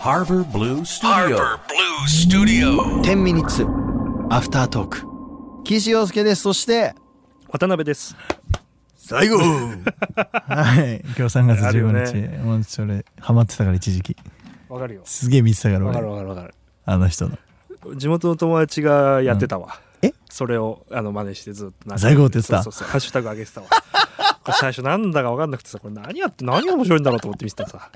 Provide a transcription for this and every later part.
Harbor Blue Studio 10ミニッツアフタートーク岸洋介ですそして渡辺です。最後はい今日3月あるよね15日、もうそれハマってたから一時期わかるよ。すげえ見てたからわかる俺わかるわかる。あの人の地元の友達がやってたわ。うんえそれをあの真似してずっとなんか。在庫って言ってたそうそうそうハッシュタグ上げ てたわ。これ最初なんだかわかんなくてさ、これ何やって何が面白いんだろうと思って見てたらさ。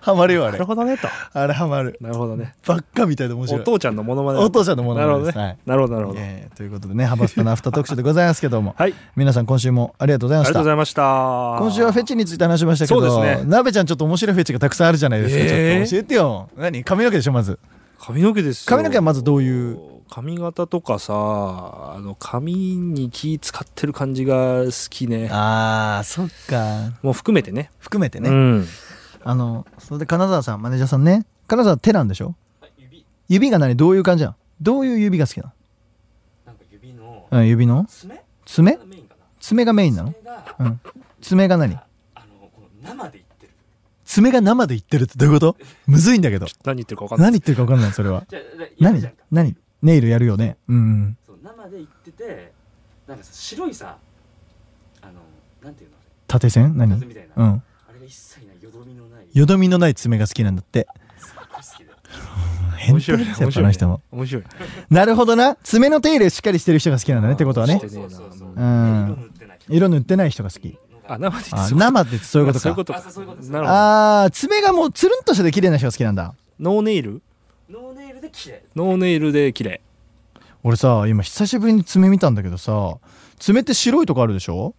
ハマるよあなれるほどねと。あれハマるなるほどね。ばっかみたいで面お白い父ちゃんのモノマネ。お父ちゃんのモノマネなるほどですはいね。なるほどなるほど。えーということでねハバスタのアフタートークショーでございますけども、はい。皆さん今週もありがとうございあましりがとうござたいました。今週はフェチについて話しましたけそど、うですねなべちゃんちょっと面白いフェチがたくさんあるじゃないですか、えーちょっと教えてよ何髪の毛でしょまず髪の毛ですよ。髪の毛はまずどういう髪型とかさあの髪に気使ってる感じが好きねあーそっかもう含めてね含めてね、うん、あのそれで金沢さんマネージャーさんね金沢手なんでしょ指が何どういう感じなのどういう指が好きななんか指のの、うん、指の爪爪がメインかな爪がメインなの爪がうん爪が何あのこの生でいってる爪が生で言ってるってどういうこ とむずいんだけど何言ってるか分かんな何い言ってるか分かんないそれはじゃあだやる何じゃんか何ネイルやるよねうんうんそう生でいっててなんかさ白いさあのなんていうの縦線あれ風何みたいな、うあんれが一切ないよどみのないよどみのない爪が好きなんだってすっごい好きで変態ですよやっぱあの人も面白いなるほどな爪の手入れしっかりしてる人が好きなんだねってことはねしてねえなそうそうそううんで色塗ってない色塗ってない人が好きのがあ生であ生ってそういうこと そういうかことあそういうことですなるほどあー爪がもうつるんとしてて綺麗な人が好きなんだノーネイルノーネイルで綺麗ノーネイルで綺麗俺さ今久しぶりに爪見たんだけどさ爪って白いとこあるでしょ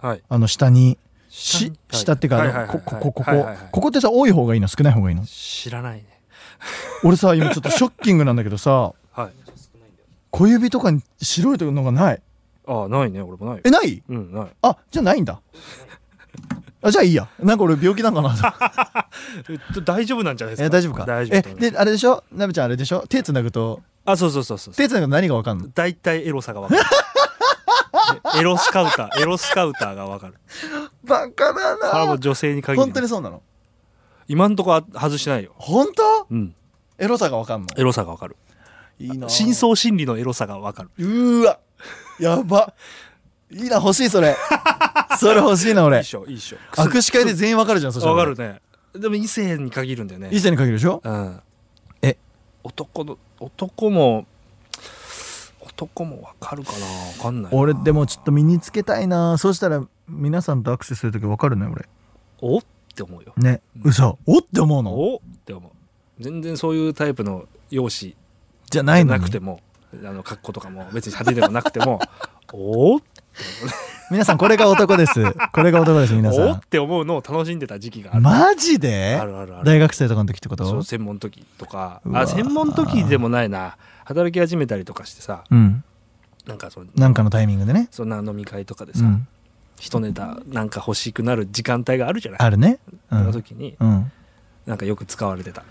はいあの下に下にし下っていうかあはいのはいはこいここここはいはいはいここってさ多い方がいいの少ない方がいいの知らないね俺さ今ちょっとショッキングなんだけどさはい小指とかに白いとこのがないあないね俺もないよえないうんないあじゃあないんだあじゃあいいやなんか俺病気なんか なえっと大丈夫なんじゃないですかえ大丈夫か大丈え夫であれでしょなべちゃんあれでしょ手つなぐとあそうそうそうそう手つなぐと何がわかんの大体エロさが 分かるエロスカウターエロスカウターが分かるバカこれはだもう女性に限本り当にそうなの今んとこは外してないよ本当うんエロさがわかんのエロさが分かるいいな深層心理のエロさが分かるうーわやばいいな欲しいそ れそれ欲しいな俺いいっしょいいっしょ握手会で全員わかるじゃんそしたら分かるねでも異性に限るんだよね伊勢に限るでしょうんえ男の男も男もわかるかなわかんないな俺でもちょっと身につけたいなそうしたら皆さんと握手するときわかるね俺おって思うよね嘘おって思うのおって思う全然そういうタイプの容姿じゃなじゃいのなにくてもあの格好とかも別に派手でもなくて もおって皆さんこれが男 ですこれが男です皆おさって思うのを楽しんでた時期があんる、マジであるあるある大学生とかの時ってこそとう専門時とかうわあ専門時でもないな働き始めたりとかしてさうんなんかそのなんかのタイミングでねそんな飲み会とかでうさ、ん一ネタなんか欲しくなる時間帯があるじゃないあるねうそのん時にうんなんかよく使われてた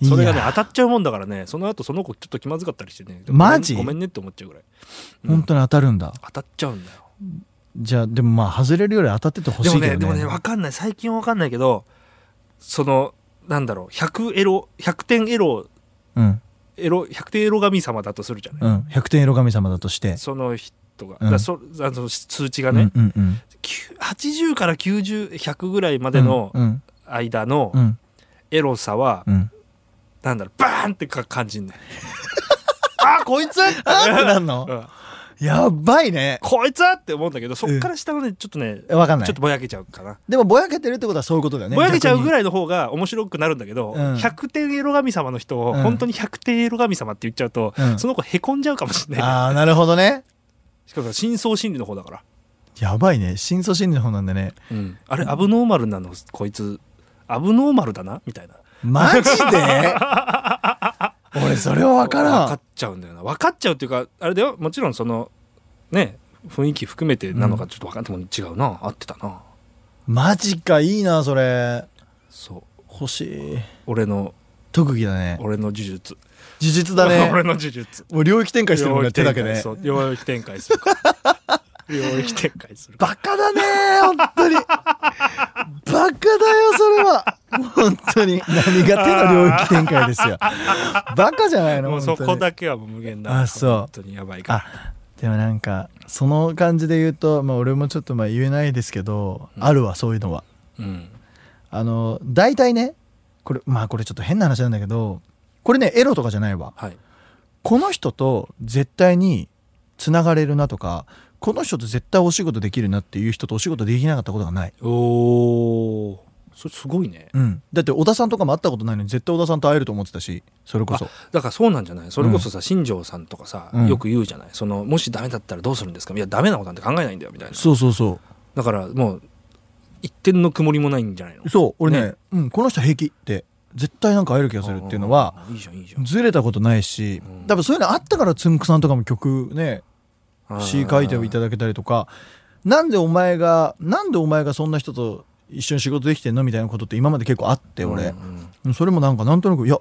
いやそれがね当たっちゃうもんだからねその後その子ちょっと気まずかったりしてねでもマジごめんねって思っちゃうぐらいうん本当に当たるんだ当たっちゃうんだよじゃあでもまあ外れるより当たっててほしでいもけどねねでもね分かんない最近は分かんないけどそのなんだろう100エロ100点エロうんエロ100点エロ神様だとするじゃない、うん、100点エロ神様だとして。その人が、うんだからそあの数値がね、うんうんきゅ80から90100ぐらいまうん、でのうん間のうんエロさは、うん。なんだろうバーンってか感じんね、あこいつあってなんうのんやばいね。こいつって思うんだけどそっから下はねちょっとね、わかんない。ちょっとぼやけちゃうかな、でもぼやけてるってことはそういうことだよね。ぼやけちゃうぐい。らいの方が面白くなるんだけど、うん100点エロ神様の人をうん本当に100点エロ神様って言っちゃうと、うんその子へこんじゃうかもしれない、ああなるほどね。しかも深層心理の方だから、やばいね。深層心理の方なんでね。あれアブノーマルなのこいつアブノーマルだなみたいなマジ で俺それはわから分かっん。ちゃうんだよな分かっちゃうっていうかあれだよもちろんそのね雰囲気含めてなのかちょっと分かんないも違うな合ってたなマジかいいなそれ。そう欲しい。俺の特技だね。俺の呪術呪術だ 俺ね。の呪術もう領域展開してるもんね手だけで。そう領域展開するから領域展開 するバカだね本当にバカだよそれは本当に何が手の領域展開ですよバカじゃないのもうそ本当にこだけはもう無限だあそう本当にやばいからでもなんかその感じで言うと、まあ、俺もちょっとまあ言えないですけど、あるわそういうのはうんあの大体ねこれまあこれちょっと変な話なんだけどこれねエロとかじゃないわはいこの人と絶対に繋がれるなとかこの人と絶対お仕事できるなっていう人とお仕事できなかったことがない、おおそれすごいねうん、だって小田さんとかも会ったことないのに絶対小田さんと会えると思ってたしそれこそだからそうなんじゃないそれこそさ、新庄さんとかさ、うんよく言うじゃないそのもしダメだったらどうするんですかいやダメなことなんて考えないんだよみたいなそうそうそだからもう一点の曇りもないんじゃないのうそう俺ねねうん、この人平気って絶対なんか会える気がするっていうのはあーいいじゃんいいじゃんずれたことないし、うん多分そういうのあったからつんくさんとかも曲ね詩書いていただだけたりとかなんでお前がなんでお前がそんな人と一緒に仕事できてんのみたいなことって今まで結構あって俺、それもなんかなんとなくいや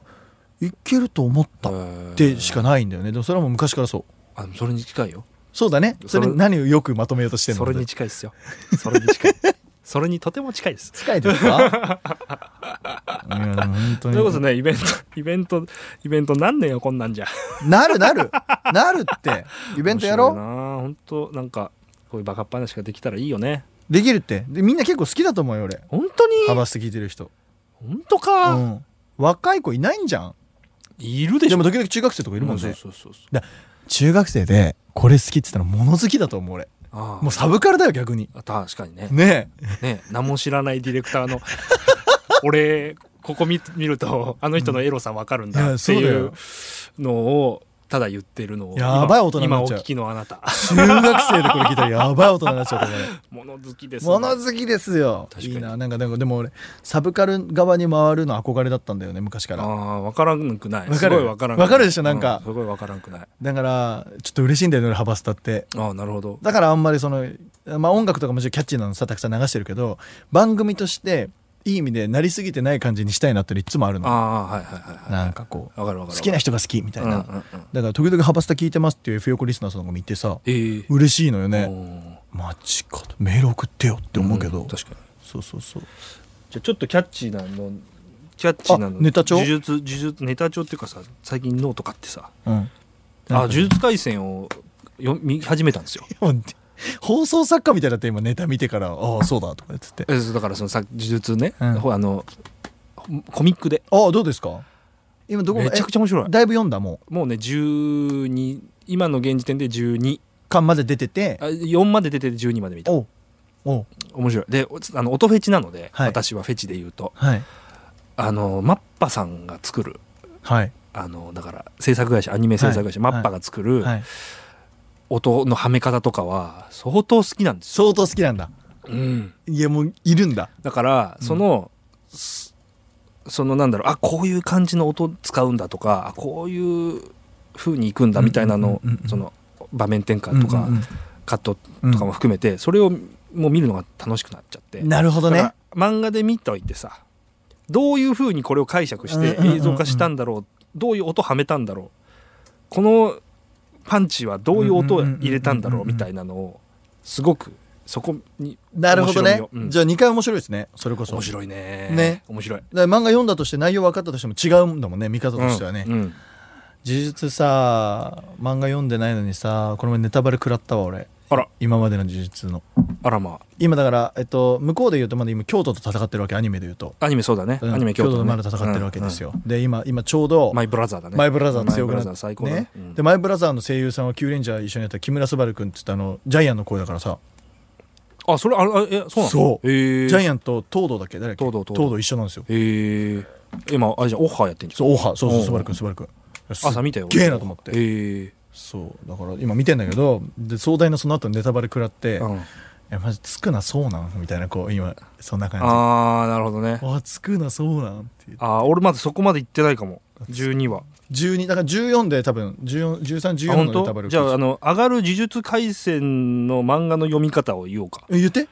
いけると思ったっでてしかないんだよねでもそれはもう昔からそうあそれに近いよそうだねそそれれ何をよくまとめようとしてるのそれに近いですよそれ に近いそれにとても近いです近いですかいや本当そにれこそねイベントイベントイベントなんねんよこんなんじゃなるなるなるってイイベントやろ本当なんかこういうバカっ話ができたらいいよねうできるってでみんな結構好きだと思うよ俺本当ハにバステ聞いてる人本当か、うん、若い子いないんじゃんいるでしでょも時々中学生とかいるもんそうねそうそうそう中学生でこれ好きっつったら物好きだと思う俺ああもうサブカルだよ逆にあ確かにねねね何も知らないディレクタ ーの俺ここ見見るとあの人のエロさ分かるんいだやってそうだいようのをただ言ってるのをやばい大人に今なっ今おちゃう聞きのあなた 中学生でこれ聞いたらやばい大人になっちゃうと思う俺物好きですね物好きですよ確かいにいななんかでもでも俺サブカル側に回るの憧れだったんだよね昔からああ分からんくないわすかごるい分からんくなわいかるでしょなんかうすごい分からんくないだからちょっと嬉しいんだよね俺ハバスタってああなるほどだからあんまりその、まあ、音楽とかもちろんキャッチーなのさたくさん流してるけど番組としていい意味でなりすぎてない感じにしたいなっていつもあるあのあはいはいはいはいなんかこう分かる分かる好きな人が好きみたいな、うんうんうんだから時々「ハバスタ聞いてます」っていう F 横リスナーさんが見てさええ嬉しいのよねねマジかとメール送ってよって思うけど、確かにそうそうそうじゃあちょっとキャッチーなのキャッチーなのあネタ帳呪術呪術ネタ帳っていうかさ最近ノート買ってさうんあ呪術廻戦を読み始めたんですよもう 放送作家みたいだって今ネタ見てから「ああそうだ」とか言っててえそうだからそのさ呪術ね、うんほあのコミックで「ああどうですか?」今どこめちゃくちゃ面白えいだいぶ読んだももうね12今の現時点で12う巻まで出ててあ4まで出てて12まで見たおうおう面白いでおあの音フェチなので、はい私はフェチで言うとはいあのマッパさんが作るはいあのだから制作会社アニメ制作会社、はいマッパが作るはい音のはめ方とかは相当好きなんですよ、相当好きなんだうん、いやもういるんだだからうんその、すそのなんだろうあこういう感じの音使うんだとかあこういう風にいくんだみたいなの,、うんうんうんうんその場面転換とか、うんうんカットうんとかも含めて、それをもう見るのが楽しくなっちゃってなるほどだねから漫画で見といてさどういう風にこれを解釈しうんうんうんうてん映像化したんだろう,、どういう音はめたんだろうこのパンチはどういう音を入れたんだろうみたいなのをすごくそこになるほどね面白みをうんじゃあ2回面白いですねそれこそ面白いねね面白いだから漫画読んだとして内容分かったとしても違うんだもんね見方としてはね、うんうん呪術さ漫画読んでないのにさこの前ネタバレ食らったわ俺あら今までの呪術のあらま今だから、えっと、向こうで言うとまだ今京都と戦ってるわけアニメで言うと、あアニメそうだね、うんアニメ京京都都,、ね、とまだ戦ってるわけですよ、で今今ちょうどうんマイブラザーだねマイブラザーマイ強ブくなっラザてー最高だねうんでマイブラザーの声優さんは Q レンジャー一緒にやった木村昴君っつってあのジャイアンの声だからさ、あそれああえそうなのそうえー、ジャインアンと東堂だっけ誰だっけ東堂東堂東堂一緒なんですよえー、今あれじゃんオッハーやってんじゃんそうオーハそうそううん昴君昴君朝見たよすっげえなと思ってえーそうだから今見てんだけどで壮大なその後ネタバレ食らって「うんえマジつくなそうなん?」みたいなこう今そんな感じああーなるほどねあつくなそうなんっていうあー俺まだそこまで行ってないかも12は12だから14で多分1314あの本ネタバ当レじゃああの上がる呪術廻戦の漫画の読み方を言おうかえ言って、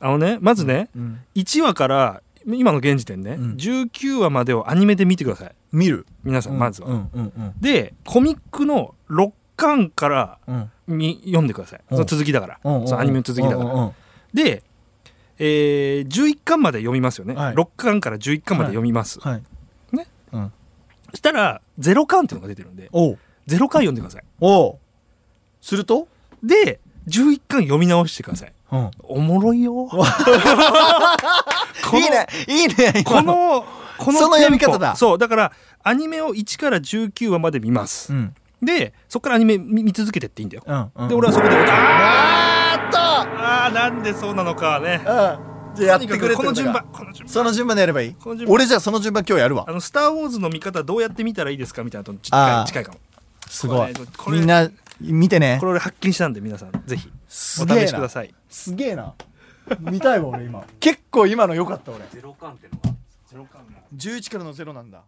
あのねまずね、うん、 1話から今の現時点ね、うん19話までをアニメで見てください見る皆さんまずは、うんうんうんでコミックの6巻からうんみ読んでくださいうんその続きだからうんうんそのアニメの続きだかうんうんうらんでえー、11巻まで読みますよね、はい6巻から11巻まで読みます、はいね、うん、そしたら0巻っていうのが出てるんでおう0巻読んでくださいおうするとで11巻読み直してくださいうんおもろい よこのいいねいいねこ今ののこのそのテン読ポみ方だそうだからアニメを1から19話まで見ます、うんでそこからアニメ見見続けてっていいんだよ、うんうんで俺はそこでああーあーなんでそうなのかねーっとうんじゃあやってくれてるこの順番だこの順番その順番でやればいいこの順番俺じゃあその順番今日やるわあの「スター・ウォーズ」の見方どうやって見たらいいですかみたいなのと近あいー近いかもすごいこれこれみんな見てねこれ俺発見したんで皆さんぜひすおげ試えしくだなさいすげえな見 たいわ俺今結構今の良かった俺ゼロ感ってのがあるんですか11からのゼロなんだ